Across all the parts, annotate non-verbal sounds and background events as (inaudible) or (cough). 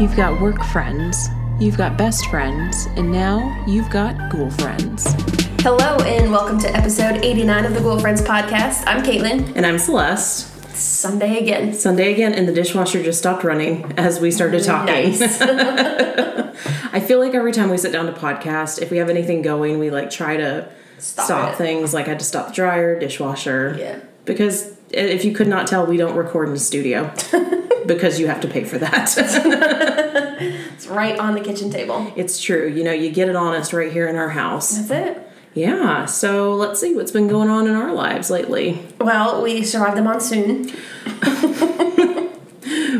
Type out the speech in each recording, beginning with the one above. You've got work friends, you've got best friends, and now you've got ghoul friends. Hello and welcome to episode 89 of the Ghoul Friends podcast. I'm Caitlin. And I'm Celeste. It's Sunday (laughs) again. Sunday again, and the dishwasher just stopped running as we started talking. (laughs) Nice. I feel like every time we sit down to podcast, if we have anything going, we like try to Stop stop, it. things. Like I had to stop the dryer, dishwasher. Yeah. Because i- if you could not tell, we don't record in (laughs) the studio because you have to pay for that. (laughs) It's right on the kitchen table. it's true. You know, you get it honest right here in our house. That's it. Yeah. So let's see what's been going on in our lives lately. Well, we survived the monsoon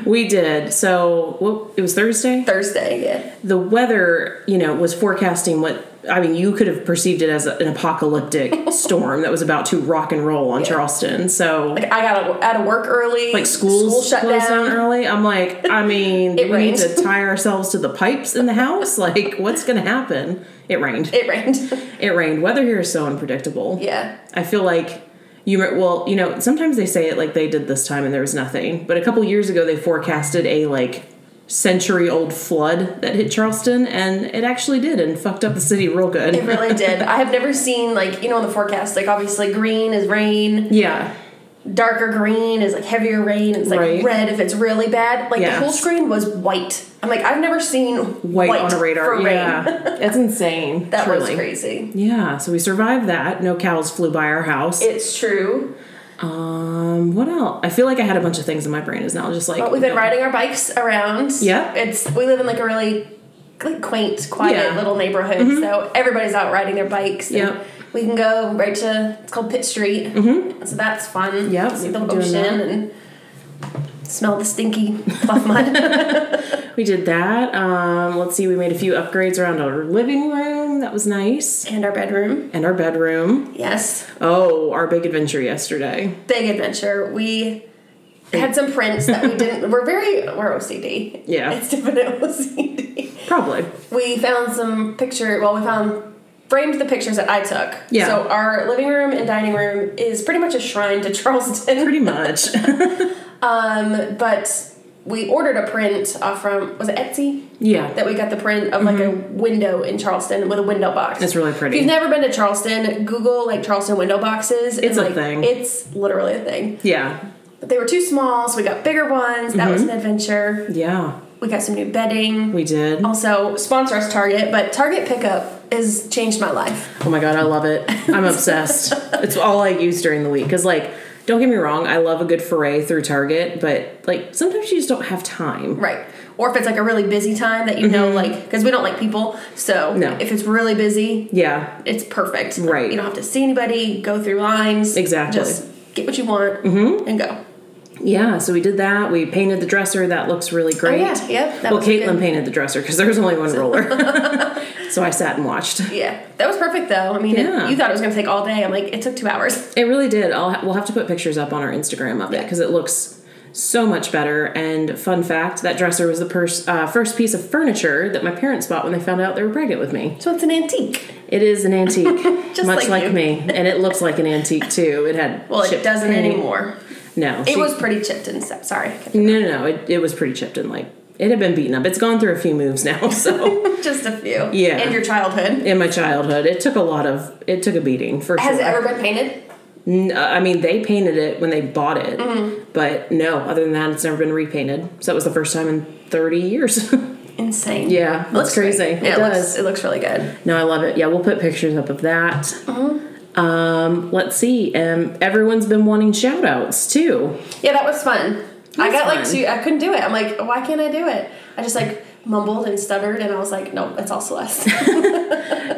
We did. So well, it was Thursday. Thursday. Yeah. the weather, you know, was forecasting what I mean, you could have perceived it as an (laughs) apocalyptic storm that was about to rock and roll on Charleston. So like, Like I got out of work early. schools school shut closed down. down early. I'm (laughs) like, I mean, It we need rained. to tie ourselves to the pipes in the (laughs) house. Like, what's going to happen? It rained. It, It rained. (laughs) rained. Weather here is so unpredictable. yeah. I feel like you re- well, you know, sometimes they say it like they did this time and there was nothing. But a couple years ago they forecasted a like century old flood that hit Charleston and it actually did and fucked up the city real It good. really did. I have never seen like you know in the forecast like obviously green is rain, Yeah. darker green is like heavier rain, and it's like Right. red if it's really bad. Like the Yeah. whole screen was white. I'm like I've never seen White, white, on a radar. for yeah. rain. That's insane. (laughs) That truly. was crazy. Yeah, so we survived that. No cows flew by our house. It's true. um, what else? I feel like I had a bunch of things in my brain. Is now just like But we've been riding our bikes around. Yeah. It's we live in like a really like quaint, quiet Yeah. Mm-hmm. little neighborhood. So everybody's out riding their bikes. and Yep. We can go right to it's called Pitt Street. Mm-hmm. So that's fun. Yep, See we've the been doing ocean that. and smell the stinky fluff mud. (laughs) We did that. Um, let's see, we made a few upgrades around our living room. That was nice. and our bedroom. And our bedroom. Yes. Oh, our big adventure yesterday. Big adventure. We had some prints that we didn't we're very we're OCD. Yeah. It's definite OCD. Probably. we found some picture well we found framed the pictures that i took Yeah. so our living room and dining room is pretty much a shrine to (laughs) charleston Pretty much. um, but we ordered a print off from was it etsy (laughs) yeah. that we got the print of like a window in charleston with a window box Mm-hmm. It's really pretty. if you've never been to charleston google like charleston window boxes It's and, a like, thing. it's literally a thing Yeah. but they were too small so we got bigger ones that Mm-hmm. was an adventure Yeah. we got some new bedding We did. also sponsor us target but target pickup has changed my life Oh my god, I love it. I'm obsessed. it's all I use during the week. Cause like, don't get me wrong, I love a good foray through Target, but like sometimes you just don't have time. Right. Or if it's like a really busy time that you know, like, because we don't like people. So Mm-hmm. No. if it's really busy, Yeah. it's perfect. Right. You don't have to see anybody, go through lines. Exactly. Mm-hmm. Just get what you want and go. Yeah. So we did that. We painted the dresser. That looks really great. Oh, yeah. Yep, that well, was a Caitlin good- painted the dresser because there was only (laughs) one roller. so I sat and watched. Yeah. That was perfect though. I mean, it- Yeah. you thought it was going to take all day. I'm like, it took two hours. (laughs) It really did. I'll ha- we'll have to put pictures up on our Instagram of it Yeah. because it looks so much better. And fun fact, that dresser was the pers- uh, first piece of furniture that my parents bought when they found out they were pregnant with me. So it's an antique. It is an antique, (laughs) Just much like like, you. me, and it looks like an antique too. It had Well, it chipped doesn't paint. anymore. No, It she- was pretty chipped and stuff. Sorry. (laughs) no, no, no. It, it was pretty chipped and like it had been beaten up. It's gone through a few moves now. (laughs) So (laughs) Just a few. Yeah. And your childhood. in my childhood, it took a lot of it took a beating for Has sure. it ever been painted? N- uh, I mean, they painted it when they bought it, but no, other than that, it's never been repainted. So that was the first time in 30 years. (laughs) Insane. Yeah, It that's looks crazy. great. It Yeah, Looks, does. it looks really good. no, I love it. Yeah, we'll put pictures up of that. Um, let's see. Um, everyone's been wanting shout outs too. Yeah, that was fun. I was got like fun. two. I couldn't do it. I'm like, why can't I do it? I just like mumbled and stuttered, and I was like, no, it's all Celeste.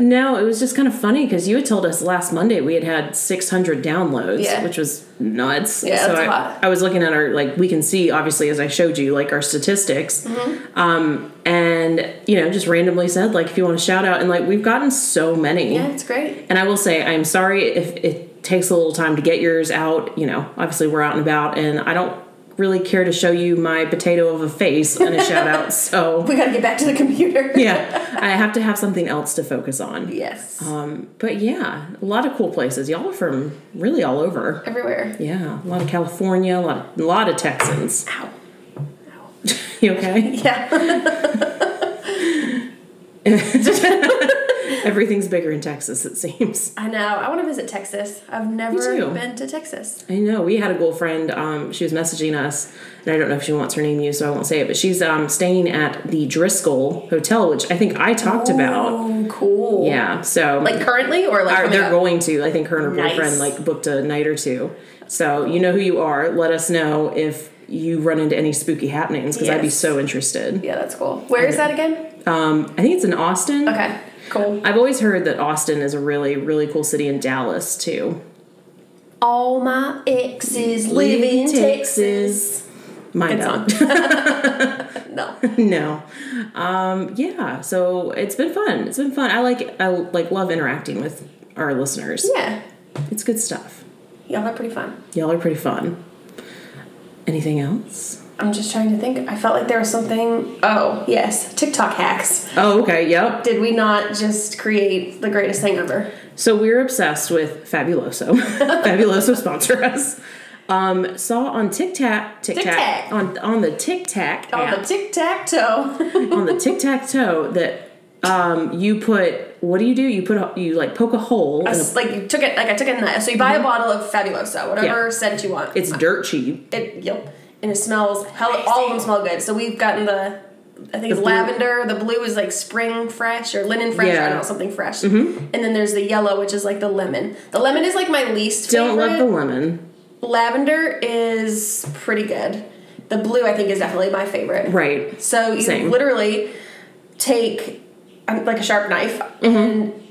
No, it was just kind of funny because you had told us last Monday we had had 600 downloads, Yeah. which was nuts. Yeah, so that's a I, lot. I was looking at our like we can see obviously as I showed you like our statistics, Mm-hmm. um, and you know just randomly said like if you want to shout out and like we've gotten so many. yeah, it's great. And I will say I'm sorry if it takes a little time to get yours out. You know, obviously we're out and about, and I don't really care to show you my potato of a face and a shout (laughs) out. So We got to get back to the computer. yeah, I have to have something else to focus on. Yes. Um, but yeah, a lot of cool places. Y'all are from really all over. Everywhere. Yeah, a lot of California, a lot of, a lot of Texans. Ow. (laughs) Ow. (laughs) You okay? Yeah. Everything's bigger in Texas, it seems. I know. I want to visit Texas. I've never too. been to Texas. I know. We had a girlfriend. Um, she was messaging us, and I don't know if she wants her name used, so I won't say it. But she's um, staying at the Driscoll Hotel, which I think I talked about. Oh, cool. Yeah. So Like currently or like Or coming they're up? going to. I think her and her Nice. boyfriend like booked a night or two. So you know who you are. Let us know if you run into any spooky happenings because I'd be Yes. so interested. Yeah, that's cool. Where is that again? Um, I think it's in Austin. Okay. Cool. I've always heard that Austin is a really, really cool city in Dallas too. All my exes live in Texas. My Good dog. song. (laughs) (laughs) no. no. Um, yeah. So it's been fun. It's been fun. I like I like love interacting with our listeners. Yeah. It's good stuff. Y'all are pretty fun. Y'all are pretty fun. Anything else? I'm just trying to think. I felt like there was something. Oh, yes. TikTok hacks. Oh, okay. Yep. Did we not just create the greatest thing ever? So we're obsessed with Fabuloso. (laughs) Fabuloso sponsor us. Um, saw on TikTok, TikTok, Tic-tac. on on Oh, the TikTok On app, the tic tac (laughs) toe. on the tic tac toe that um, you put. What do you do? You put a, you like poke a hole. in a, like you took it. Like I took it in that. So you buy a bottle of Fabuloso, whatever scent you want. Mm-hmm. it's dirt cheap. It yep, and it smells hell. All of them smell good. So we've gotten the, I think it's lavender. The blue is like spring fresh or linen fresh. I Yeah. Mm-hmm. don't know something fresh. And then there's the yellow, which is like the lemon. The lemon is like my least Don't love favorite. the lemon. lavender is pretty good. The blue I think is definitely my favorite. Right. So you Same. literally take um, like a sharp knife Mm-hmm. and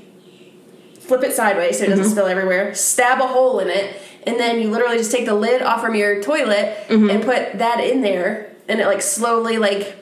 flip it sideways so it doesn't spill everywhere. Stab a hole in it, and then you literally just take the lid off from your toilet Mm-hmm. and put that in there, and it like slowly like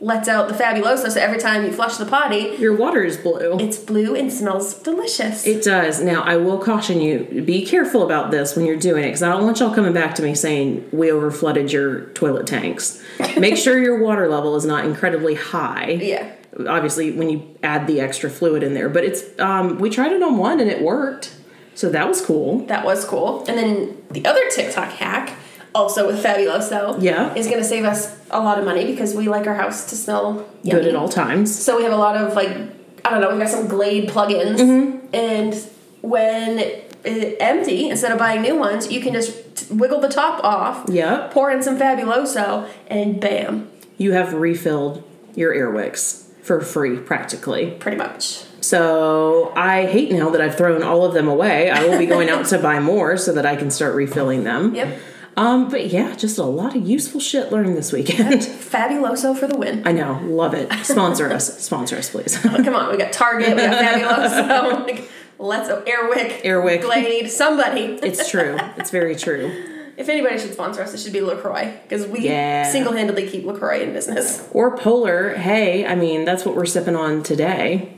lets out the fabuloso. So every time you flush the potty, Your water is blue. it's blue and smells delicious. It does. Now, I will caution you be careful about this when you're doing it because I don't want y'all coming back to me saying we overflooded your toilet tanks. Make sure your water level is not incredibly high. Yeah. Obviously, when you add the extra fluid in there, but it's, um, we tried it on one and it worked. So that was cool. That was cool. And then the other TikTok hack, also with Fabuloso, Yeah. is going to save us a lot of money because we like our house to smell Good at yummy. all times. So we have a lot of like I don't know. We've got some Glade plugins, Mm-hmm. and when it- empty, instead of buying new ones, you can just t- wiggle the top off. Yep. Pour in some Fabuloso, and bam, You have refilled your Airwicks for free practically. pretty much. So I hate now that I've thrown all of them away. I will be going out to buy more so that I can start refilling them. Yep. Um, but yeah, just a lot of useful shit learned this weekend. Fabuloso for the win. (laughs) I know, love it. Sponsor us, sponsor us, please. (laughs) Come on, we got Target, we got Fabuloso. (laughs) like, let's oh, Airwick, Airwick. Glade, somebody. It's true. It's very true. If anybody should sponsor us, it should be Lacroix because we Yeah. single-handedly keep Lacroix in business. Or Polar. Hey, I mean that's what we're sipping on today.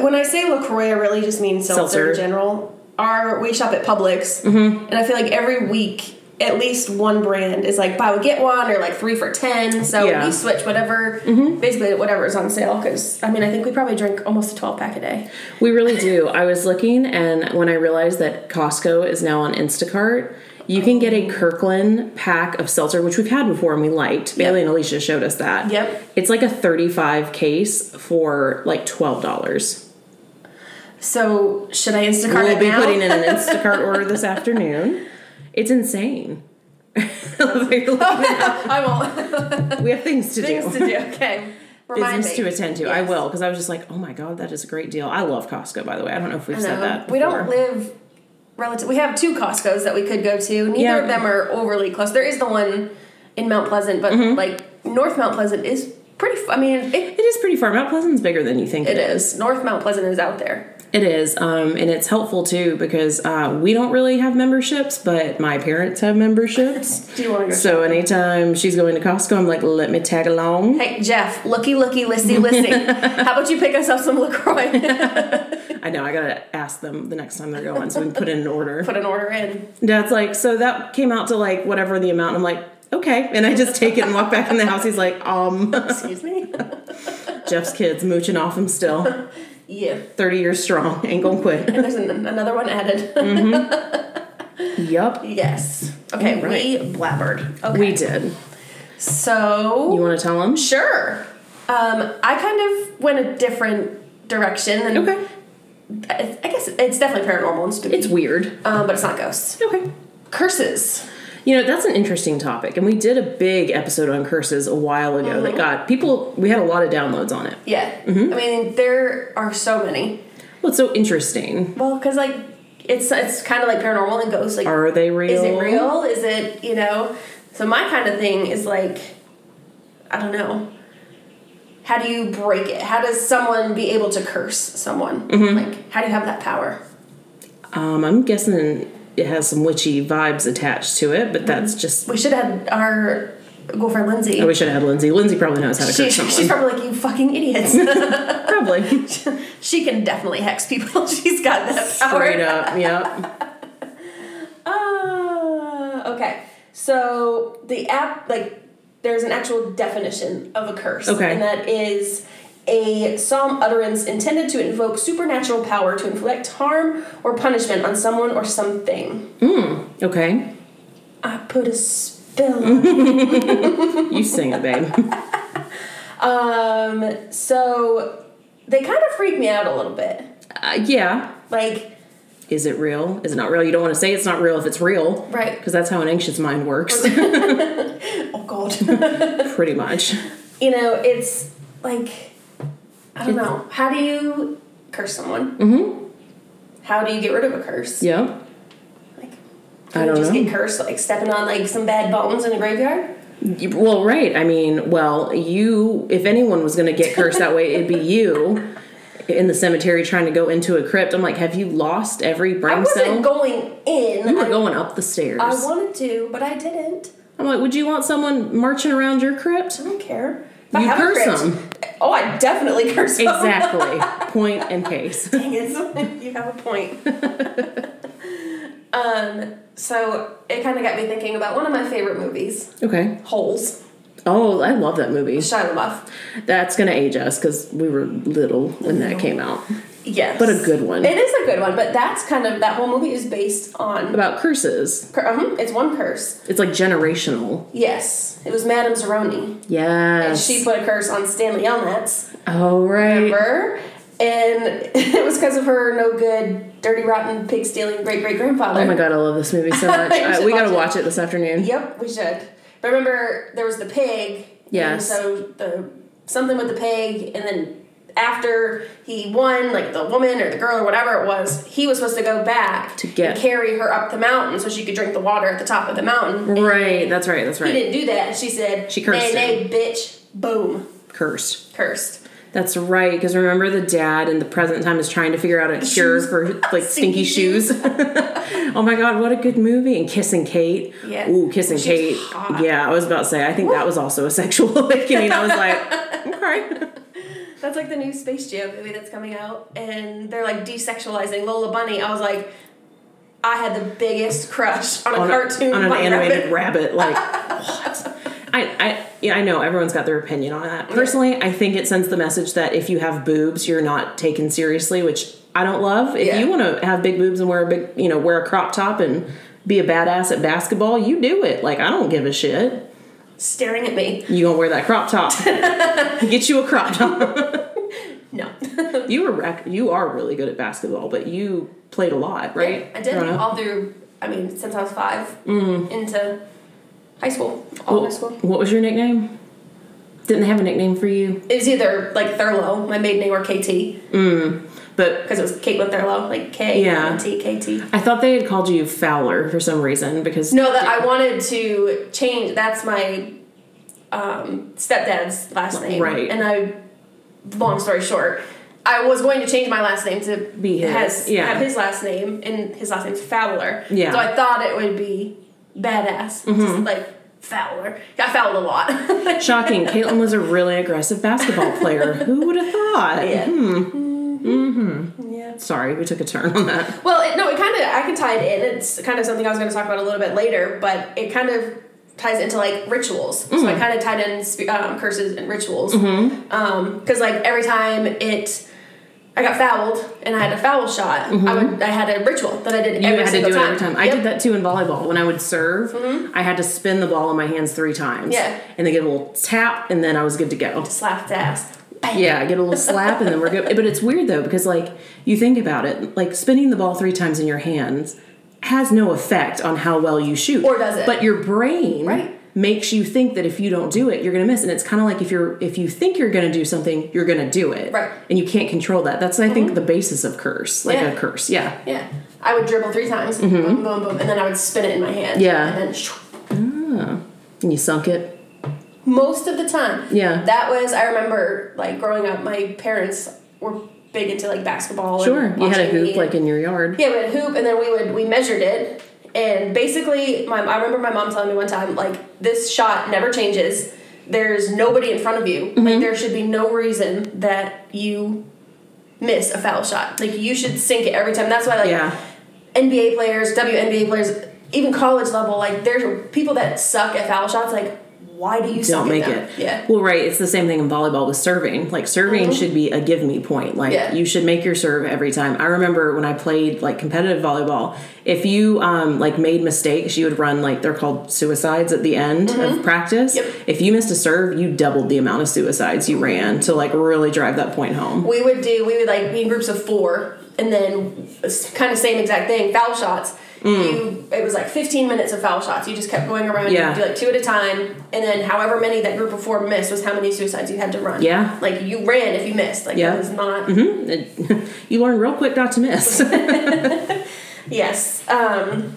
When I say Lacroix, I really just mean seltzer, Seltzer. Mm-hmm. in general. Our we shop at Publix, and I feel like every week at least one brand is like buy one get one or like three for ten. So Yeah. Mm-hmm. we switch whatever, basically whatever is on sale. Because I mean, I think we probably drink almost a twelve pack a day. We really do. I was looking, and when I realized that Costco is now on Instacart, you can get a Kirkland pack of seltzer, which we've had before and we liked. Bailey and Alicia showed us that. Yep. It's like a thirty-five case for like twelve dollars. So should I Instacart We'll it be now? putting in an Instacart order this afternoon. It's insane. (laughs) we (laughs) I (laughs) won't. have things to Things to do. do. Okay. Remind Business me. to attend to. I Yes. will because I was just like, oh my god, that is a great deal. I love Costco, by the way. I don't know if we've said No, that. We don't before. live relative. We have two Costco's that we could go to. Neither Yeah. of them are overly close. There is the one in Mount Pleasant, but like North Mount Pleasant is pretty. f- I mean, it, It is pretty far. Mount Pleasant's bigger than you think it it is. North Mount Pleasant is out there. It is, um, and it's helpful too because uh, we don't really have memberships, but my parents have memberships. Do you want to go? so anytime she's going to Costco, I'm like, let me tag along. Hey Jeff, looky looky, lissy lissy. How about you pick us up some Lacroix? I know I gotta ask them the next time they're going, so we can put in an order. (laughs) Put an order in. Dad's like, so that came out to like whatever the amount. I'm like, okay. And I just take it and walk back in the house. He's like, um, (laughs) Excuse me. Jeff's kids mooching off him still. yeah. 30 years strong, ain't gonna quit. And there's an, another one added. (laughs) Yup. yes. Okay. All right. We blabbered. Okay. We did. So You want to tell them? Sure. Um, I kind of went a different direction than. Okay. I, I guess it's definitely paranormal and spooky. It's weird. um, but it's not ghosts. Okay. Curses. You know, that's an interesting topic. And we did a big episode on curses a while ago that Uh-huh. got people, we had a lot of downloads on it. Yeah. Mm-hmm. I mean, there are so many. Well, it's so interesting. Well, because like it's it's kind of like paranormal and ghosts. Like, Are they real? is it real? Is it you know? So my kind of thing is like, I don't know. How do you break it? How does someone be able to curse someone? Mm-hmm. Like, how do you have that power? Um, I'm guessing it has some witchy vibes attached to it, but that's just. We should have had our girlfriend Lindsay. I wish I'd had Lindsay. Lindsay probably knows how to She, curse someone. (laughs) she's probably like, you fucking idiots. (laughs) (laughs) probably. she can definitely hex people. (laughs) She's got that power. Straight up, yeah. Ah, okay. So the app, like, there's an actual definition of a curse. Okay. And that is a solemn utterance intended to invoke supernatural power to inflict harm or punishment on someone or something. Okay. I put a spell Mm-hmm. on You sing it, (laughs) babe. Um, so they kind of freak me out a little bit. Uh, yeah. Like, Is it real? Is it not real? You don't want to say it's not real if it's real. Right. Because that's how an anxious mind (laughs) works, (laughs) oh god. pretty much. you know, it's like I don't know. How do you curse someone? Mm-hmm. How do you get rid of a curse? Yeah. Like I do you don't just know. get cursed like stepping on like some bad bones in a graveyard? You- Well, right. I mean, well, you, if anyone was going to get cursed that way, (laughs) it'd be you in the cemetery trying to go into a crypt. I'm like, have you lost every I brain wasn't cell? going in. you were I- going up the stairs. I wanted to, but I didn't. I'm like, would you want someone marching around your crypt? (laughs) I don't care. If I You have a curse crypt- 'em. Oh, I definitely curse them. Exactly. Point and case. (laughs) Dang it, you have (laughs) a point. um, so it kind of got me thinking about one of my favorite movies, Okay. Holes, Oh, I love that movie. Shia LaBeouf. That's gonna age us because we were little when that came out. Yes. But a good one. It is a good one, but that's kind of, that whole movie is based on, About curses, cur- um, it's one curse. it's like generational. Yes, it was Madame Zeroni. Yes. She put a curse on Stanley Elnets, oh right. remember? And (laughs) it was because of her no good, dirty, rotten, pig stealing great great grandfather. Oh my god, I love this movie so (laughs) much. You I, should we gotta watch watch it this afternoon. Yep, we should. But remember, there was the pig. And Yes. so the something with the pig, and then after he won, like the woman or the girl or whatever it was, he was supposed to go back to get- and carry her up the mountain so she could drink the water at the top of the mountain. And Right. That's right. That's He right. didn't do that. She said, She cursed "Nay, nay, bitch!" Boom, Cursed. cursed. That's right. Because remember, the dad in the present time is trying to figure out a cure for (laughs) like stinky Stinky shoes. (laughs) oh my god, what a good movie! And Kissing Kate. Yeah. Ooh, Kissing She was Kate. hot. Yeah, I was about to say. I think that was also a sexual (laughs) awakening. I was (laughs) like, okay. That's like the new Space Jam movie that's coming out, and they're like desexualizing Lola Bunny. I was like, I had the biggest crush on a on a- cartoon on an bunny rabbit. animated rabbit. Like what? I, I yeah, I know everyone's got their opinion on that. Personally, I think it sends the message that if you have boobs, you're not taken seriously, which I don't love. If Yeah. you want to have big boobs and wear a big, you know, wear a crop top and be a badass at basketball, you do it. Like I don't give a shit. (laughs) staring at me. You gonna wear that crop (laughs) top? Get you a crop top. (laughs) No. You were rec- you are really good at basketball, but you played a lot, (laughs) right? I did Growing up? all through, I mean, since I was five into high school, all Well, high school. What was your nickname? Didn't they have a nickname for you? It was either like Thurlow, my maiden name, or KT, But because it was Caitlin Thurlow, like K, Yeah. T, KT. I thought they had called you Fowler for some reason because (laughs) No, that I wanted to change, that's my um, stepdad's last name. Right. And I, long story short, I was going to change my last name to Be his, has, yeah. have his last name, and his last name's Fowler. Yeah. Mm-hmm. So I thought it would be badass, just like Fowler. I fouled a lot. (laughs) shocking. Caitlin was a really aggressive basketball player. Who would have thought? Yeah. Hmm. Yeah. Sorry, we took a turn on that. Well, it, no, it kind of I can tie it in. It's kind of something I was going to talk about a little bit later, but it kind of ties into like rituals. So Mm-hmm. I kind of tied Um, in sp- um, curses and rituals because like every time it. I got fouled and I had a foul shot. I would I had a ritual that I did Mm-hmm. You every had to single do it time. every time. I Yep. Mm-hmm. did that too in volleyball. When I would serve, I had to spin the ball in my hands three times. Yeah. And then get a little tap, and then I was good to go. Slapped ass. Bam. Yeah, I get a little slap, and then we're good. But it's weird though, because like you think about it, like spinning the ball three times in your hands has no effect on how well you shoot, Or does it? But your brain Right. makes you think that if you don't do it, you're going to miss. And it's kind of like if you're if you think you're going to do something, you're going to do it, Right. Mm-hmm. And you can't control that. That's I think the basis of curse, like Yeah. a curse. Yeah, Yeah. I would dribble three times, boom, boom, boom, and then I would spin it in my Mm-hmm. hand. Yeah. And then shoo. and you sunk it. most of the time. Yeah. That was I remember like growing up, my parents were big into like basketball. Sure, and you had a watching me hoop and- like in your yard. Yeah, we had hoop, and then we would we measured it, and basically, my I remember my mom telling me one time like this shot never changes. There's nobody in front of you. Mm-hmm. Like there should be no reason that you miss a foul shot. Like you should sink it every time. That's why like Yeah. NBA players, WNBA players, even college level, like there's people that suck at foul shots. Like why do you suck don't at make them? it. Yeah. Mm-hmm. Well, right. It's the same thing in volleyball with serving. Like serving should be a give me point. Like Yeah. you should make your serve every time. I remember when I played like competitive volleyball, if you um, like made mistakes, you would run like they're called suicides at the end of practice. Mm-hmm. Yep. If you missed a serve, you doubled the amount of suicides you ran to like really drive that point home. we would do we would like be in groups of four and then s- kind of same exact thing foul shots Mm. you it was like 15 minutes of foul shots you just kept going around Yeah. you'd do like two at a time and then however many that group of four missed was how many suicides you had to run Yeah. like you ran if you missed like Yeah. Mm-hmm. that was not Hmm? (laughs) you learn real quick not to miss. (laughs) yes um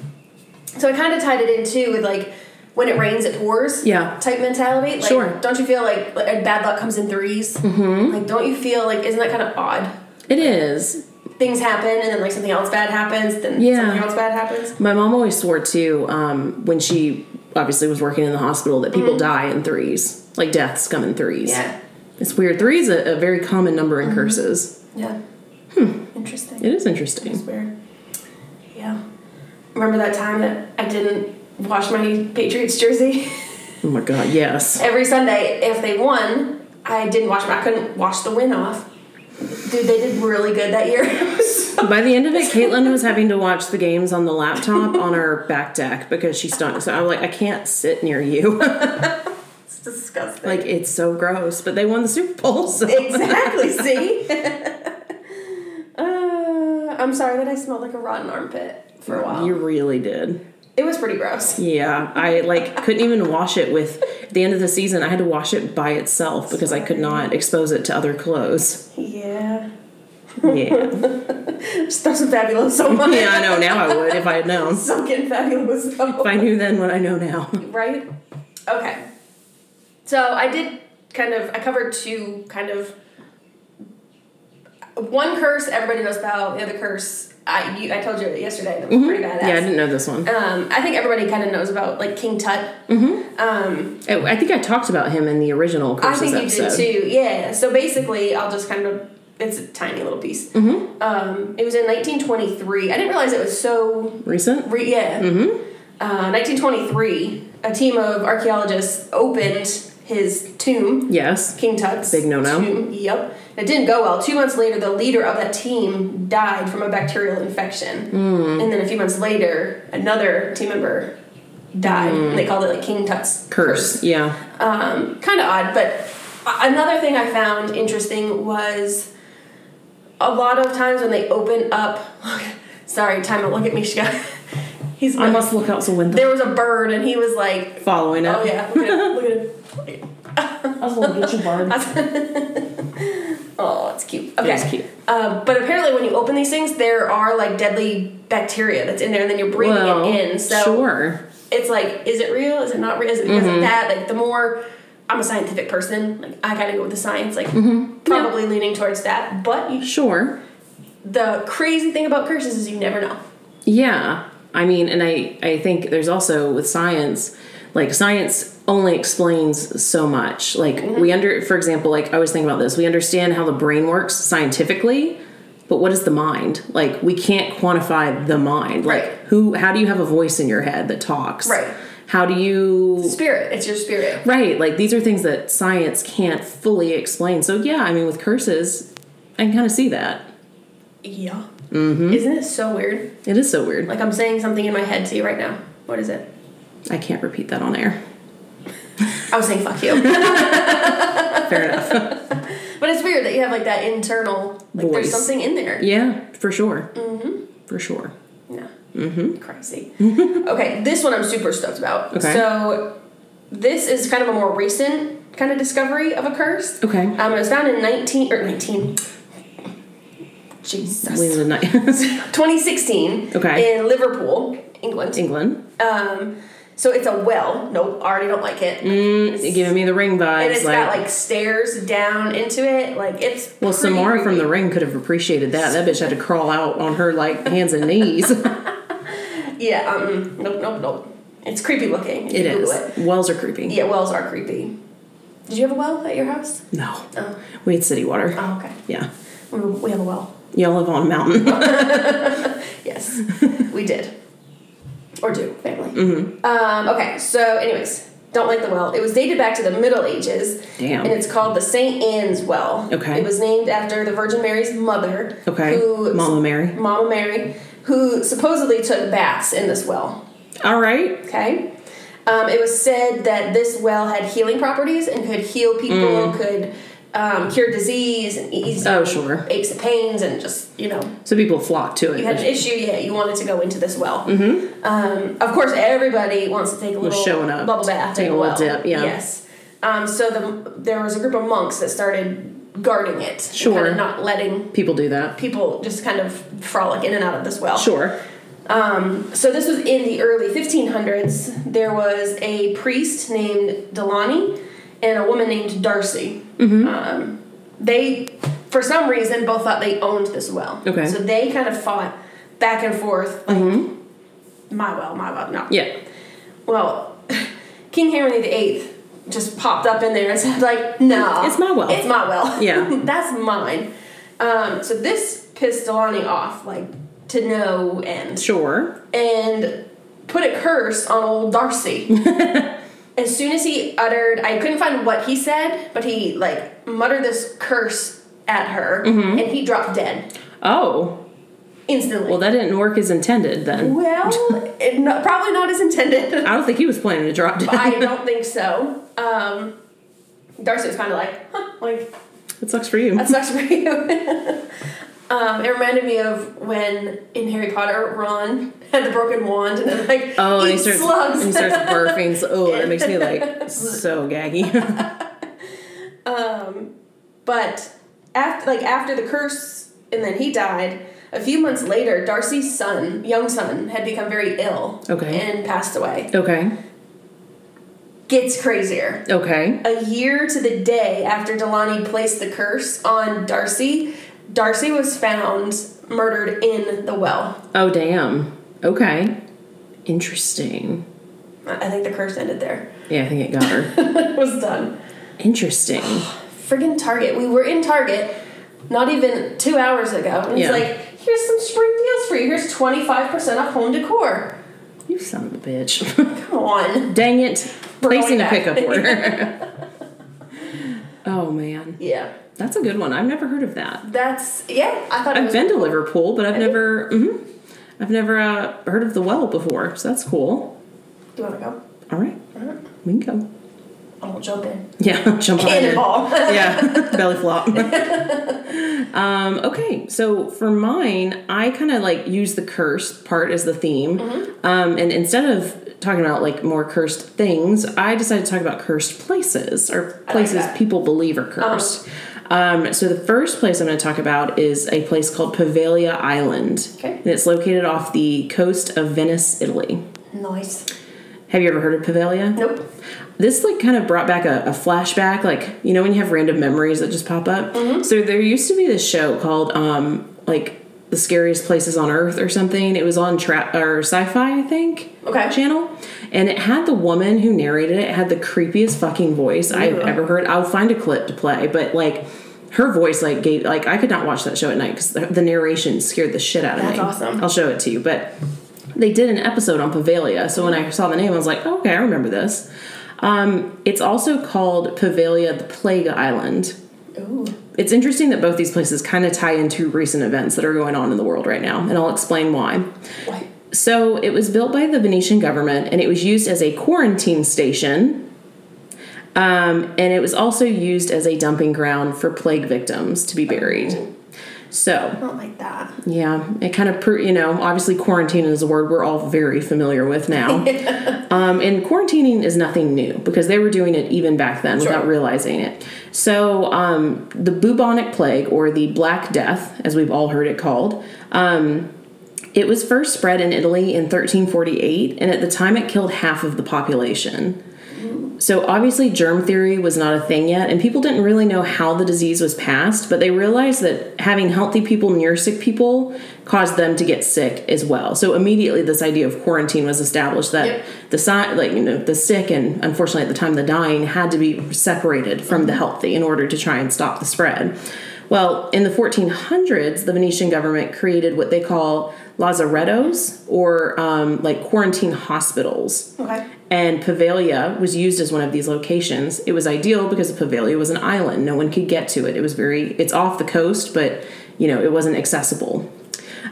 so i kind of tied it in too with like when it rains it pours Yeah. type mentality like Sure. don't you feel like, like bad luck comes in 3s mm-hmm. like don't you feel like isn't that kind of odd it is. things happen and then like something else bad happens then Yeah. something else bad happens My mom always swore too um, when she obviously was working in the hospital that people die in threes, like deaths come in threes. Mm. yeah Mm-hmm. It's weird. Three is a, a very common number in curses. yeah interesting Hmm. It is interesting. it's weird yeah remember that time that i didn't wash my patriots jersey (laughs) Oh my god, yes. every sunday if they won i didn't wash my i couldn't wash the win off dude they did really good that year (laughs) It was so- By the end of it, Caitlin was having to watch the games on the laptop on her back deck because she stunk. So I'm like, I can't sit near you. (laughs) it's disgusting like it's so gross. But they won the Super Bowl, so (laughs) exactly see uh, i'm sorry that i smelled like a rotten armpit for a while you really did. it was pretty gross (laughs) Yeah, I like couldn't even wash it with. At the end of the season, I had to wash it by itself because I could not expose it to other clothes. yeah (laughs) Yeah, Just throw some fabuloso (laughs) money. yeah, I know. Now I would if I had known. If (laughs) Sunken fabuloso. I knew then what I know now. Right? Okay. So I did kind of, I covered two kind of. One curse everybody knows about, the other curse, I, you, I told you yesterday that was pretty badass. Mm-hmm. Yeah, I didn't know this one. um, I think everybody kind of knows about like King Tut. Mm-hmm. Um, I I think I talked about him in the original I Curses think you episode. did too. Yeah. So basically, I'll just kind of it's a tiny little piece. Mm-hmm. Um, it was in 1923. I didn't realize it was so Recent? Re- yeah. Mm-hmm. Uh, 1923, a team of archaeologists opened his tomb, Yes. King Tut's Big no-no. tomb. Yep. It didn't go well. Two months later, the leader of that team died from a bacterial infection, Mm. and then a few months later, another team member died. And they called it like King Tut's Mm. Curse. Yeah. um, kind of odd. But a- another thing I found interesting was a lot of times when they open up. (laughs) sorry, time out. Look at Mishka. (laughs) He's I must look out the window. there was a bird, and he was like, following "Oh up. yeah, look at him, look at him." (laughs) I was going to get your bird. Oh, it's cute. Okay, is cute. Um, but apparently, when you open these things, there are like deadly bacteria that's in there, and then you're breathing Well, it in. So sure. Mm-hmm. it's like, is it real? Is it not real? Is it because of that? Like the more I'm a scientific person, like I gotta go with the science, like Mm-hmm. probably leaning towards that. But you, Sure. the crazy thing about curses is you never know. Yeah. I mean, and I, I think there's also with science, like science only explains so much. Like Mm-hmm. we under, for example, like I was thinking about this, we understand how the brain works scientifically, but what is the mind? Like we can't quantify the mind. Like Right. who, how do you have a voice in your head that talks? Right. How do you Spirit, it's your spirit. Right, like these are things that science can't fully explain. So yeah, I mean with curses, I can kind of see that. Yeah. Mm-hmm. Isn't it so weird? It is so weird. Like I'm saying something in my head to you right now. What is it? I can't repeat that on air. I was saying (laughs) fuck you. but Fair enough. it's weird that you have like that internal like Voice. there's something in there. yeah, for sure. Mm-hmm. For sure. Yeah. Mm-hmm. Crazy. (laughs) okay, this one I'm super stoked about. Okay. So this is kind of a more recent kind of discovery of a curse. Okay. Um, it was found in 19 or 19. Jesus. Wings of Night. (laughs) 2016. Okay. In Liverpool, England. England. Um, so it's a well. Nope, already don't like it. Mm, You're giving me the ring vibes. and it's got like stairs down into it. Like it's well, pretty Samara from creepy. the Ring could have appreciated that. That bitch had to crawl out on her like hands and (laughs) knees. it yeah. Um. Nope. Nope. Nope. It's creepy looking. if you Google is. It. Wells are creepy. Yeah, wells are creepy. Did you have a well at your house? No, Oh. we had city water. Oh. Okay. Yeah, We- We have a well. y'all live on a mountain. (laughs) Yes, (laughs) we did. Or do family. Mm-hmm. Um, okay. So, anyways, don't like the well. It was dated back to the Middle Ages. Damn. And it's called the Saint Anne's Well. Okay. It was named after the Virgin Mary's mother. Okay. Who Mama Mary. Mama Mary, who supposedly took baths in this well. All right. Okay. Um, it was said that this well had healing properties and could heal people, could um, cure disease and ease Mm. Oh, sure. aches and pains, and just you know, So people flock to it. you had an issue, yeah, you wanted to go into this well. Mm-hmm. Um, of course, everybody wants to take a little showing up. bubble bath, Take in a the little well. dip, yeah. Yes. Um, so the, there was a group of monks that started guarding it, and Sure. kind of not letting people do that. people just kind of frolic in and out of this well. Sure. Um, so this was in the early 1500s. There was a priest named Delaney and a woman named Darcy. Mm-hmm. Um, they, for some reason, both thought they owned this well. Okay. So they kind of fought back and forth, like my well, my well, no. Mm-hmm. Yeah. Well, (laughs) King Henry VIII just popped up in there and said, like, no. It's my well." It's my (laughs) well. Yeah. (laughs) That's mine. Um, so this pissed Delaney off, like, to no end Sure. and put a curse on (laughs) old Darcy. as soon as he uttered, I couldn't find what he said, but he like muttered this curse at her, Mm-hmm. and he dropped dead Oh, instantly. well, Well, that didn't work as intended then. (laughs) it, no, probably not as intended. I don't think he was planning to drop dead. (laughs) I don't think so. Um, Darcy was kind of like, huh, like it sucks for you. that sucks for you. (laughs) Um, it reminded me of when in Harry Potter, Ron had the broken wand and then like Oh, and eat he starts, slugs. and he (laughs) starts barfing. So, oh, and it makes me like so (laughs) gaggy. Um, but after like after the curse, and then he died. A few months later, Darcy's son, young son, had become very ill Okay. and passed away. okay. Gets crazier. Okay. A year to the day after Delaney placed the curse on Darcy, Darcy was found murdered in the well. Oh, damn. Okay. Interesting. I I think the curse ended there. (laughs) Yeah, I think it got her. it was done. Interesting. Friggin' Target. We were in Target not even two hours ago. And Yeah. it's like, here's some spring deals for you. Here's 25% off home decor. You son of a (laughs) bitch. Come on. Dang it. We're Placing going a back. pickup order. (laughs) oh, man. Yeah. That's a good one. I've never heard of that. That's, yeah, I thought it I've was. been to Liverpool, but I've never. mhm. I've never uh, heard of the well before, so that's cool. Do you want to go? All right, we can go. I'll jump in. Yeah, (laughs) jump on in. Cannonball. (laughs) (laughs) yeah, belly flop. um, okay, so for mine, I kind of like use the curse part as the theme, um, and instead of talking about like more cursed things, I decided to talk about cursed places or places that. people believe are cursed. Um, so the first place I'm going to talk about is a place called Pavaglia Island, Okay. and it's located off the coast of Venice, Italy. nice. Have you ever heard of Pavaglia? Nope. this like kind of brought back a, a flashback like you know when you have random memories that just pop up so there used to be this show called um like the scariest places on earth or something it was on trap or sci-fi i think Okay. channel and it had the woman who narrated it had the creepiest fucking voice i've ever heard i'll find a clip to play but like her voice like gave like i could not watch that show at night because the, the narration scared the shit out of That's me awesome. i'll show it to you but they did an episode on Pavalia, so when I saw the name, I was like, "Oh, okay, I remember this. Um, it's also called Pavalia, the Plague Island. Ooh. It's interesting that both these places kind of tie into recent events that are going on in the world right now, and I'll explain why. What? So it was built by the Venetian government and it was used as a quarantine station. Um, and it was also used as a dumping ground for plague victims to be buried. So, I don't like that. yeah, it kind of, pro- you know, obviously quarantine is a word we're all very familiar with now. um, and quarantining is nothing new because they were doing it even back then without realizing it. So, um, the bubonic plague or the Black Death, as we've all heard it called, um, it was first spread in Italy in 1348, and at the time it killed half of the population. So, obviously, germ theory was not a thing yet, and people didn't really know how the disease was passed, but they realized that having healthy people near sick people caused them to get sick as well. So, immediately, this idea of quarantine was established that Yep. the si- like you know, the sick and unfortunately at the time the dying had to be separated from the healthy in order to try and stop the spread. Well, in the 1400s, the Venetian government created what they call lazarettos or um, like quarantine hospitals. Okay. And Pavia was used as one of these locations. It was ideal because Pavia was an island; no one could get to it. It was very it's off the coast, but you know it wasn't accessible.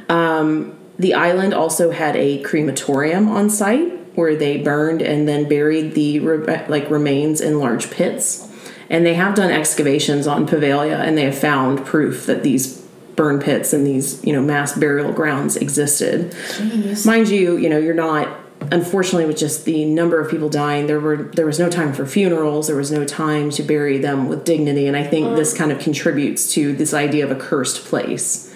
Um, the island also had a crematorium on site where they burned and then buried the re- like remains in large pits. And they have done excavations on Pavia, and they have found proof that these burn pits and these you know mass burial grounds existed. Mind you, you know, you're not unfortunately with just the number of people dying, there were there was no time for funerals, there was no time to bury them with dignity, and I think this kind of contributes to this idea of a cursed place.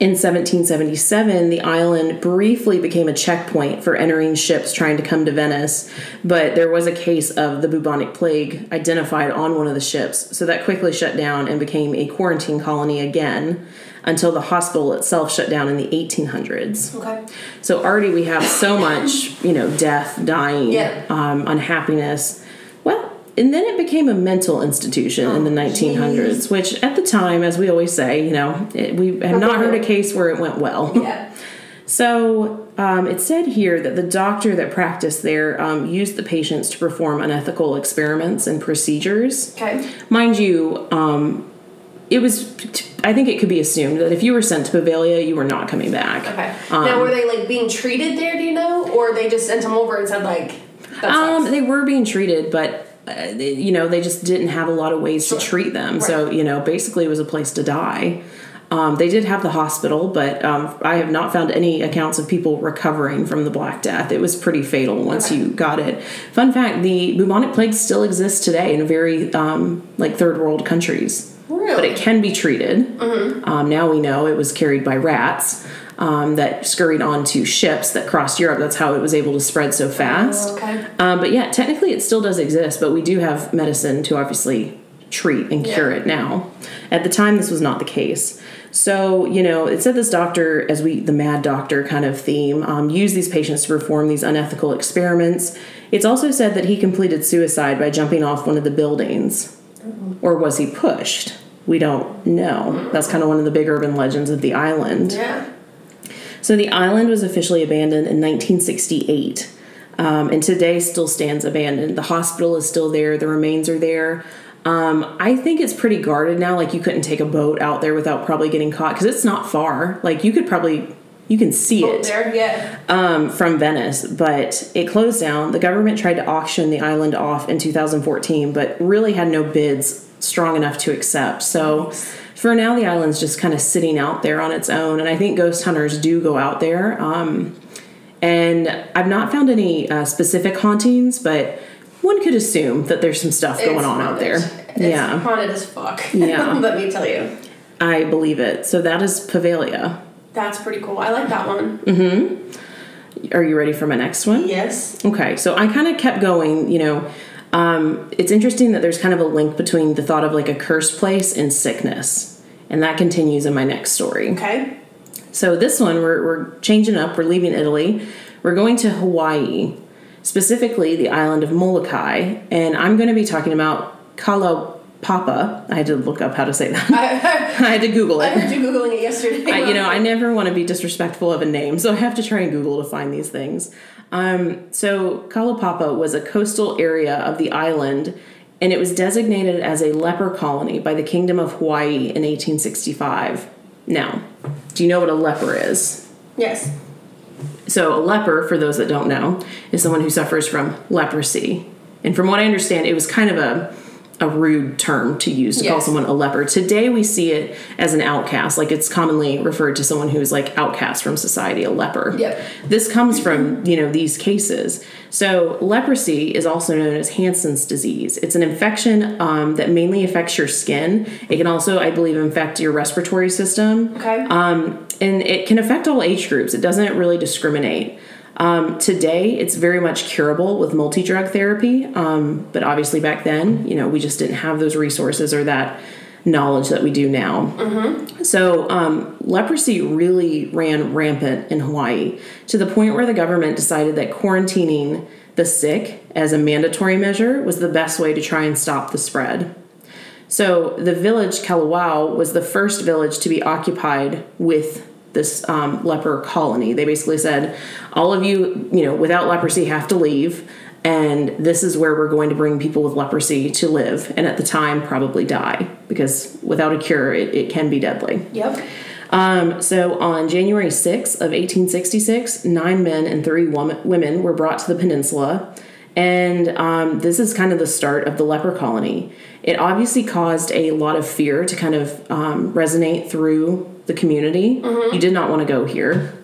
In 1777, the island briefly became a checkpoint for entering ships trying to come to Venice, but there was a case of the bubonic plague identified on one of the ships, so that quickly shut down and became a quarantine colony again until the hospital itself shut down in the 1800s. Okay. So already we have so much, you know, death, dying, Yeah. um, unhappiness. Well, and then it became a mental institution in Oh, the 1900s, which at the time, as we always say, you know, it, we have not heard a case where it went well. (laughs) Yeah. So um, it said here that the doctor that practiced there um, used the patients to perform unethical experiments and procedures. Okay. Mind you, um, it was. I think it could be assumed that if you were sent to Pavalia, you were not coming back. Okay. Um, now, were they like being treated there? Do you know, or they just sent them over and said like, "That's Um, they were being treated, but uh, they, you know they just didn't have a lot of ways to treat them. So you know, basically, it was a place to die. Um, they did have the hospital, but um, I have not found any accounts of people recovering from the Black Death. It was pretty fatal once you got it. Fun fact: the bubonic plague still exists today in very um, like third world countries Really? Mm-hmm. but it can be treated. Um, now we know it was carried by rats um, that scurried onto ships that crossed Europe. That's how it was able to spread so fast. Oh, okay. Um, but yeah, technically it still does exist, but we do have medicine to obviously treat and cure Yeah. it now. At the time, this was not the case. So, you know, it said this doctor, as we, the mad doctor kind of theme, um, used these patients to perform these unethical experiments. It's also said that he completed suicide by jumping off one of the buildings or was he pushed? We don't know. That's kind of one of the big urban legends of the island. yeah. So the island was officially abandoned in 1968, um, and today still stands abandoned. The hospital is still there. The remains are there. Um, I think it's pretty guarded now. Like you couldn't take a boat out there without probably getting caught because it's not far. Like you could probably you can see Oh, it there. Yeah. um, from Venice, but it closed down. The government tried to auction the island off in 2014, but really had no bids strong enough to accept. So for now, the island's just kind of sitting out there on its own. And I think ghost hunters do go out there. Um, and I've not found any uh, specific hauntings, but one could assume that there's some stuff going It's on out there. haunted. It's yeah, haunted as fuck. Yeah. (laughs) Let me tell you, I believe it. So that is Pavalia. that's pretty cool. I like that one. Mm-hmm. Are you ready for my next one? Yes. Okay, so I kind of kept going, you know. Um, it's interesting that there's kind of a link between the thought of like a cursed place and sickness. And that continues in my next story. Okay. (laughs) So this one, we're, we're changing up. We're leaving Italy. We're going to Hawaii, specifically the island of Molokai. And I'm going to be talking about Kalapapa. I had to look up how to say that. (laughs) I had to Google I it. heard you googling it yesterday. I, you know, I never want to be disrespectful of a name, so I have to try and Google to find these things. Um, so Kalapapa was a coastal area of the island and it was designated as a leper colony by the Kingdom of Hawaii in 1865. Now, do you know what a leper is? Yes. So, a leper, for those that don't know, is someone who suffers from leprosy. And from what I understand, it was kind of a a rude term to use to call Yes. someone a leper. Today we see it as an outcast. Like it's commonly referred to someone who is like outcast from society, a leper. Yep. This comes from, you know, these cases. So leprosy is also known as Hansen's disease. It's an infection um, that mainly affects your skin. It can also, I believe, infect your respiratory system. Okay. Um, and it can affect all age groups. It doesn't really discriminate. Um, today, it's very much curable with multi drug therapy. Um, but obviously, back then, you know, we just didn't have those resources or that knowledge that we do now. So, um, leprosy really ran rampant in Hawaii to the point where the government decided that quarantining the sick as a mandatory measure was the best way to try and stop the spread. So the village Kalawao was the first village to be occupied with this um, leper colony. They basically said, all of you, you know, without leprosy have to leave, and this is where we're going to bring people with leprosy to live, and at the time probably die because without a cure, it, it can be deadly. yep. Um, so on January 6th of 1866, nine men and three woman, women were brought to the peninsula. And um, this is kind of the start of the leper colony. It obviously caused a lot of fear to kind of um, resonate through the community. You did not want to go here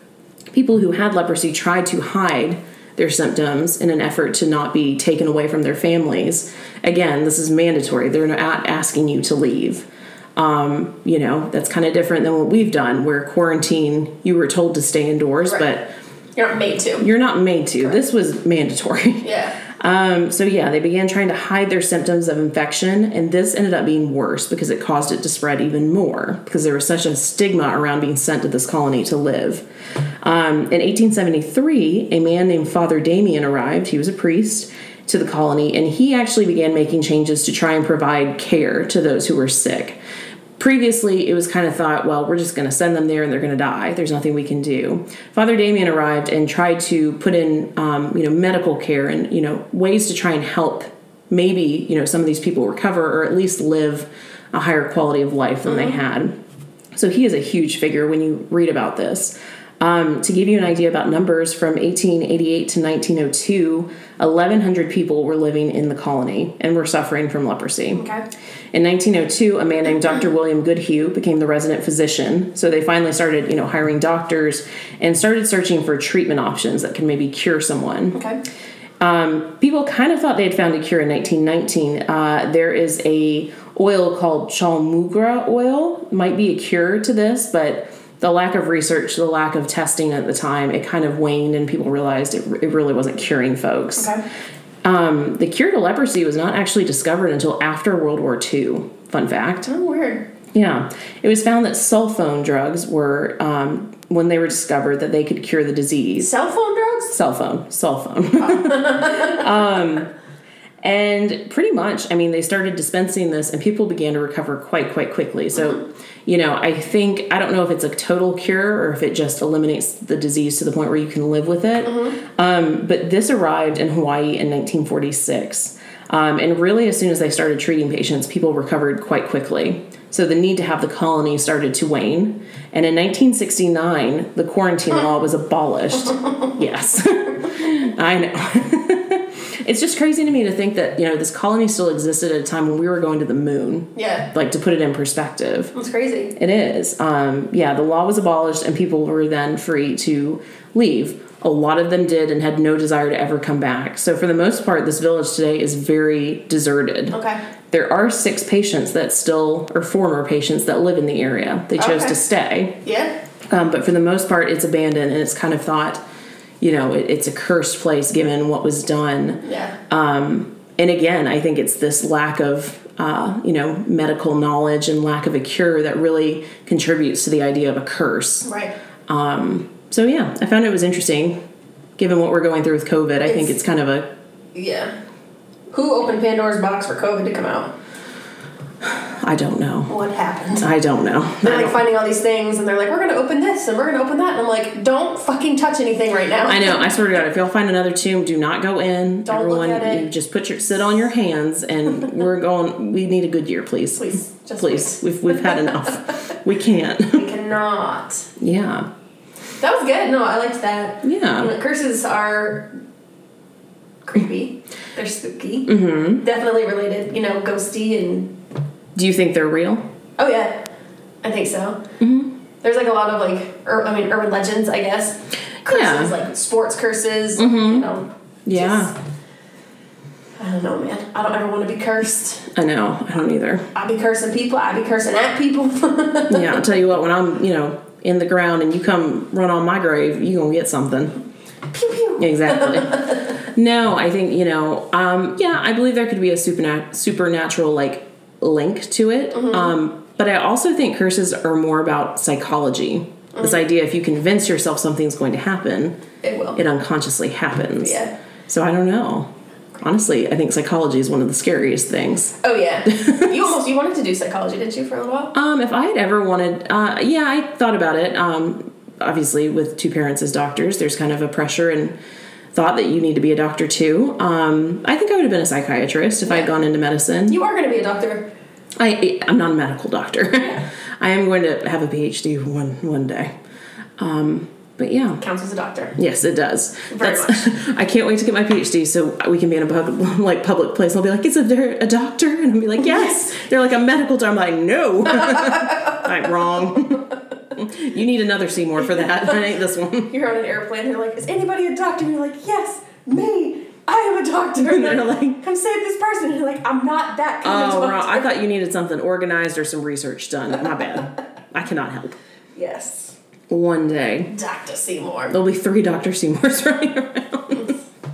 people who had leprosy tried to hide their symptoms in an effort to not be taken away from their families. Again, this is mandatory. They're not asking you to leave. Um, you know, that's kind of different than what we've done, where quarantine, you were told to stay indoors, Right. but You're not made to. you're not made to. This was mandatory. (laughs) Yeah. Um, so yeah, they began trying to hide their symptoms of infection, and this ended up being worse because it caused it to spread even more because there was such a stigma around being sent to this colony to live. Um, in 1873, a man named Father Damien arrived. He was a priest to the colony, and he actually began making changes to try and provide care to those who were sick. Previously, it was kind of thought, well, we're just going to send them there and they're going to die. There's nothing we can do. Father Damien arrived and tried to put in, um, you know, medical care and you know ways to try and help maybe you know some of these people recover or at least live a higher quality of life than they had. So he is a huge figure when you read about this. Um, to give you an idea about numbers, from 1888 to 1902, 1,100 people were living in the colony and were suffering from leprosy. Okay. In 1902, a man named Dr. William Goodhue became the resident physician. So they finally started, you know, hiring doctors and started searching for treatment options that can maybe cure someone. Okay. People kind of thought they had found a cure in 1919. Uh, there is a oil called chalmugra oil, might be a cure to this, but the lack of research, the lack of testing at the time, it kind of waned, and people realized it, it really wasn't curing folks. Okay. Um, the cure to leprosy was not actually discovered until after World War II. Fun fact. Oh, weird. Yeah, it was found that sulfone drugs were um, when they were discovered that they could cure the disease. Cell phone drugs? Cell phone, cell phone. (laughs) um, and pretty much, I mean, they started dispensing this, and people began to recover quite, quite quickly. So, you know, I think I don't know if it's a total cure or if it just eliminates the disease to the point where you can live with it. Um, but this arrived in Hawaii in 1946. Um, and really, as soon as they started treating patients, people recovered quite quickly. So the need to have the colony started to wane. And in 1969, the quarantine law was abolished. Yes. (laughs) I know. (laughs) it's just crazy to me to think that, you know, this colony still existed at a time when we were going to the moon, Yeah. like to put it in perspective. That's crazy. It is. Um, yeah, the law was abolished and people were then free to leave. A lot of them did and had no desire to ever come back. So, for the most part, this village today is very deserted. Okay. There are six patients that still, or former patients that live in the area. They chose Okay. to stay. Yeah. Um, but for the most part, it's abandoned and it's kind of thought, you know, it, it's a cursed place given what was done. Yeah. And again, I think it's this lack of, uh, you know, medical knowledge and lack of a cure that really contributes to the idea of a curse. right. So yeah, I found it was interesting, given what we're going through with COVID. I think It's- it's kind of a Yeah. Who opened Pandora's box for COVID to come out? I don't know. What happened? I don't know. They're like finding all these things, and they're like, "We're gonna open this, and we're gonna open that," and I'm like, "Don't fucking touch anything right now." I know. I swear to God, if y'all find another tomb, do not go in. Don't look Everyone, at it. you just put your sit on your hands, (laughs) and we're going. We need a good year, please. Please, just please. We've we've had (laughs) enough. we can't. (laughs) We cannot. yeah, That was good. No, I liked that. yeah. Curses are creepy. They're spooky. Mm-hmm. Definitely related, you know, ghosty and Do you think they're real? oh yeah, I think so. Mm-hmm. There's like a lot of like, ur- I mean, urban legends, I guess. Curses, Yeah. Mm-hmm. like sports curses. You know. Yeah. just- I don't know, man. I don't ever want to be cursed. I know. I don't either. I be cursing people. I be cursing at people. (laughs) Yeah, I'll tell you what. When I'm, you know, in the ground, and you come run on my grave, you gonna get something. pew pew. Exactly. (laughs) no, I think you know. Um, yeah, I believe there could be a supernat- supernatural like link to it. Um, but I also think curses are more about psychology. This idea, if you convince yourself something's going to happen, It will. it unconsciously happens. Yeah. So I don't know. Honestly, I think psychology is one of the scariest things. Oh (laughs) yeah. you almost you wanted to do psychology, didn't you, for a little while? Um, if I had ever wanted, uh, yeah, I thought about it. Um, obviously, with two parents as doctors, there's kind of a pressure and thought that you need to be a doctor too. Um, I think I would have been a psychiatrist if I had Yeah. gone into medicine. You are gonna be a doctor. I, I'm not a medical doctor. (laughs) I am going to have a PhD one one day. Um, but yeah. Counts as a doctor. Yes, it does. Very (laughs) I can't wait to get my PhD so we can be in a public, (laughs) like public place. I'll be like, is it there a doctor? And I'll be like, yes. They're like a medical doctor. I'm like, no. I'm wrong. you need another Seymour for that. I ain't this (laughs) one. You're on an airplane, they're like, is anybody a doctor? And you're like, yes, me, I am a doctor. And they're like- come save this person. And you're like, I'm not that kind Oh, of wrong. doctor. I thought you needed something organized or some research done. My bad. I cannot help. yes. One day Dr. Seymour. there'll be three Doctor Seymours (laughs) running around.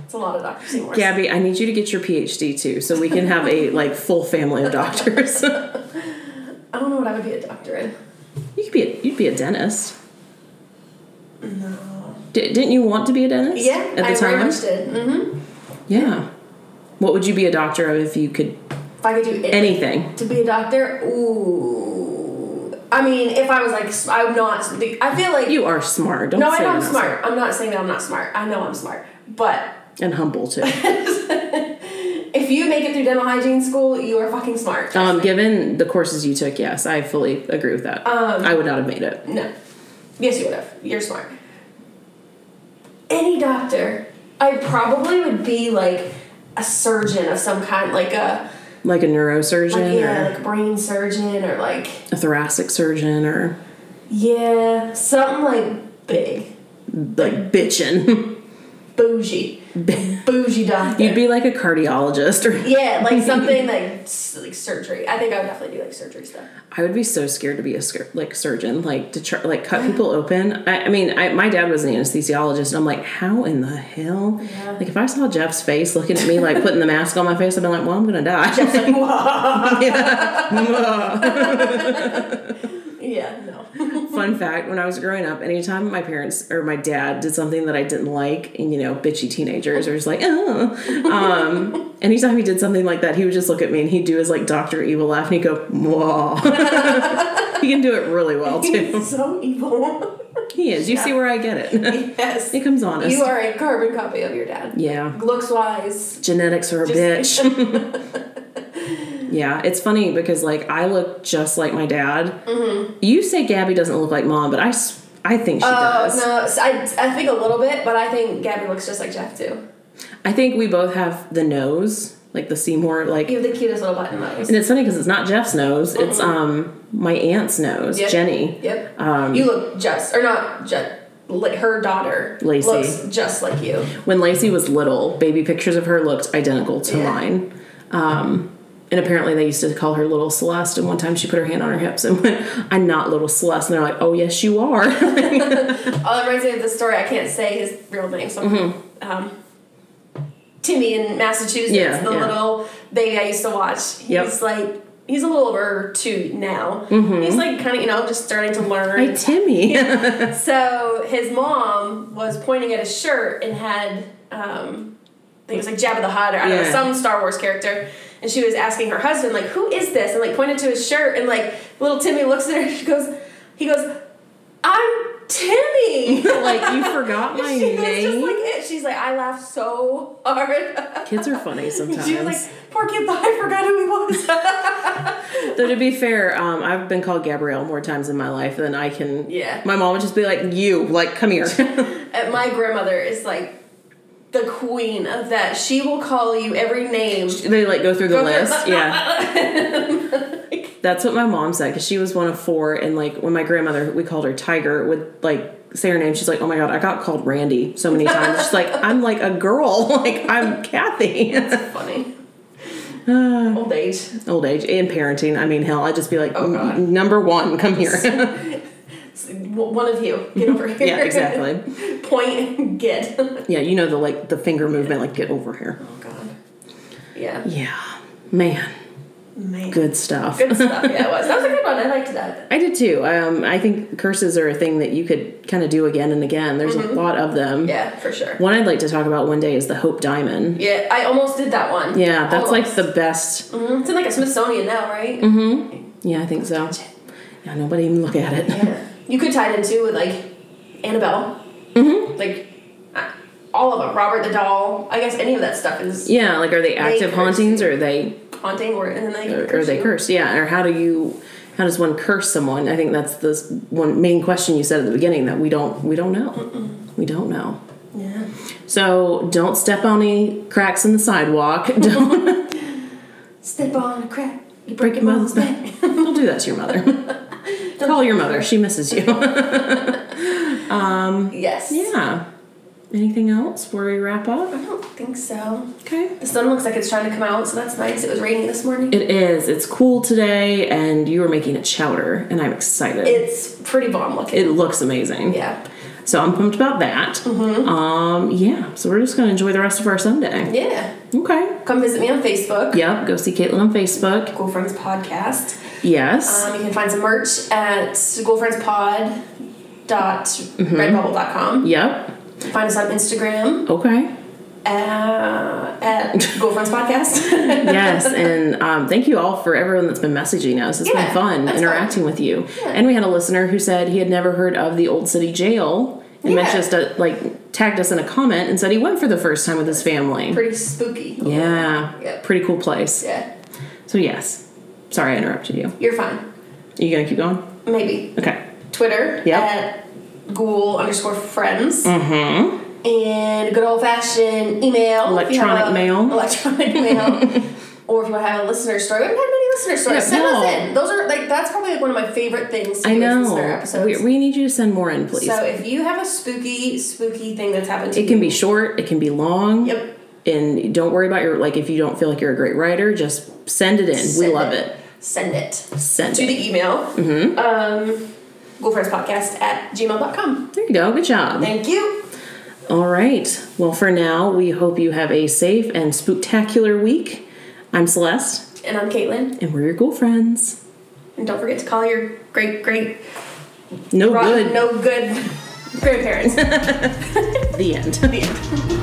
It's a lot of Dr. Seymours. Gabby, I need you to get your PhD too, so we can have a like full family of doctors. (laughs) you I don't know what I would be a doctor in. could be a, you'd be a dentist. No. D- didn't you want to be a dentist? Yeah, at the I time. very much did. Mm-hmm. Yeah. What would you be a doctor of if you could If I could do anything. anything? To be a doctor? Ooh. I mean, if I was like, s- I'm not. I feel like. You are smart. Don't no, say I know you're I'm not smart. I'm not saying that I'm not smart. I know I'm smart. But and humble too. if you make it through dental hygiene school, you are fucking smart. um, given the courses you took, yes, I fully agree with that. Um, I would not have made it. no. Yes, you would have. You're smart. Any doctor, I probably would be like a surgeon of some kind, like a Like a like, neurosurgeon yeah, or like a brain surgeon or like a thoracic surgeon or yeah, something like big, like bitchin'. bougie, bougie doctor. You'd be like a cardiologist or yeah, (laughs) like something like s- like surgery. I think I would definitely do like (laughs) surgery stuff. I would be so scared to be a scur- like surgeon, like to tr- like cut people open. I, I mean, I, my dad was an anesthesiologist, and I'm like, how in the hell? Yeah. Like, if I saw Jeff's face looking at me, (laughs) like putting the mask on my face, I'd be like, well, I'm gonna die. Jeff's like, "Whoa." (laughs) yeah, (laughs) no. (laughs) Fun fact: When I was growing up, anytime my parents or my dad did something that I didn't like, and you know, bitchy teenagers are just like, oh. (laughs) Um, anytime he did something like that, he would just look at me and he'd do his like Doctor Evil laugh, and he'd go, (laughs) "Whoa." (laughs) he can do it really well too. He's (laughs) so evil. (laughs) He is. You see where I get it. (laughs) yes. It comes on us. You are a carbon copy of your dad. Yeah. Looks wise. Genetics are a Just- bitch. (laughs) yeah, it's funny because like I look just like my dad. You say Gabby doesn't look like mom, but I, s- I think she Mm-hmm. Oh, does. no. so I, I think a little bit, but I think Gabby looks just like Jeff, too. I think we both have the nose, like the Seymour, like. You have the cutest little button nose. And it's funny because it's not Jeff's nose; it's Mm-hmm. um my aunt's nose, Yep. Jenny. Yep. Um, you look just, or not just, like her daughter Lacey. looks just like you. When Lacey was little, baby pictures of her looked identical to Yeah. mine. Um, and apparently they used to call her Little Celeste. And one time she put her hand on her hips and (laughs) went, "I'm not Little Celeste." And they're like, "Oh yes, you are." (laughs) Oh, that reminds me of the story. I can't say his real name. So, um, Timmy in Massachusetts, Mm-hmm. Yeah, the yeah. little baby I used to watch. He's Yep. Mm-hmm. like, he's a little over two now. He's like kind of, you know, just starting to learn. Hi, Timmy. So his mom was pointing at his shirt and had, um, I think it was like Jabba the Hutt or I don't know, Yeah. some Star Wars character. and she was asking her husband, like, who is this? And like pointed to his shirt, and like little Timmy looks at her and she goes, he goes, I'm (laughs) (laughs) Timmy. like you forgot my she was just name. like it. She's like, I laughed so hard. (laughs) Kids are funny sometimes. She was like, poor kid, I forgot who he was. (laughs) Though to be fair, um, I've been called Gabrielle more times in my life than I can. Yeah. My mom would just be like, "You, like, come (laughs) here." And my grandmother is like the queen of that. She will call you every name. they like go through the Go through- (laughs) list. Yeah. That's what my mom said because she was one of four, and like when my grandmother, we called her Tiger, would like say her name. She's like, "Oh my god, I got called Randy so many times." (laughs) She's like, "I'm like a girl, (laughs) like I'm Kathy." (laughs) (sighs) Funny. Old age. Old age and parenting. I mean, hell, I'd just be like, Oh, God. "N- "Number one, come (laughs) here." W- One of you. Get over (laughs) here. yeah, exactly. (laughs) Point, get. (laughs) oh, Yeah, you know the like the finger movement, like get over here. God. Yeah. Yeah, man, Man. good stuff. Good stuff. Yeah, it was. That was a good one. I liked that. (laughs) I did too. Um, I think curses are a thing that you could kind of do again and again. There's a lot of them. Mm-hmm. Yeah, for sure. One I'd like to talk about one day is the Hope Diamond. Yeah, I almost did that one. Yeah, that's like Almost. the Mm-hmm. best. Mhm. It's in like a Smithsonian now, right? Yeah, I think so. Yeah, nobody even look at it. Mm-hmm. Yeah. You could tie it in too with like Annabelle. Mm-hmm. Like uh, all of them. Robert the Doll. I guess any of that stuff (laughs) is Yeah, like are they active curse hauntings or are they haunting or and then they or, curse are they you. cursed? Yeah, or how do you how does one curse someone? I think that's the s- one main question you said at the beginning that we don't we don't know. We don't know. Yeah. So don't step on any cracks in the sidewalk. (laughs) Don't Step on a crack. You break your mother's back. Don't do that to your mother. (laughs) Call your mother. She misses you. (laughs) (laughs) Yes. yeah. Anything else before we wrap up? I don't think so. Okay. The sun looks like it's trying to come out, so that's nice. It was raining this morning. It is. It's cool today, and you are making a chowder, and I'm excited. It, It's pretty bomb looking. looks amazing. yeah. Mm-hmm. So I'm pumped about that. Um, yeah. So we're just gonna enjoy the rest of our Sunday. Yeah. Okay. Come visit me on Facebook. Yep. Go see Caitlin on Facebook. Cool Friends Podcast. Yes. Um, you can find some merch at Mm-hmm. girlfriendspod.redbubble.com. yep. Find us on Instagram Okay. uh, (laughs) at girlfriends podcast. yes, and um, thank you all for everyone that's been messaging us. It's Yeah, been fun that's interacting with you. And we had a listener who said he had never heard of the Old City Jail and Yeah. mentioned us to- like tagged us in a comment and said he went for the first time with his family. (laughs) Pretty spooky. yeah, Yep. pretty cool place. Yeah. So yes, sorry I interrupted you. You're fine. Are you gonna keep going? Maybe. Okay. Twitter Yep. at ghoul underscore friends. Mm-hmm. And good old fashioned email. if you have Electronic a- mail. (laughs) (laughs) Electronic mail. Or if you want to have a listener story, we haven't had many listener stories. Yeah, Send no. us in. Those are like that's probably like one of my favorite things. To I do is Listener know. episodes. We, we need you to send more in, please. So if you have a spooky, spooky thing that's happened to it you, can be short. It can be long. Yep. And don't worry about your like if you don't feel like you're a great writer, just send it in. Send we love it. Send it Send to it. the email. Mm-hmm. Um, girlfriendspodcast at gmail.com. There you go. Good job. Thank you. All right. Well, for now, we hope you have a safe and spooktacular week. I'm Celeste, And I'm Caitlin. and we're your ghoul friends. And don't forget to call your great, great, No rotten, good. no good (laughs) grandparents. (laughs) The end. The end.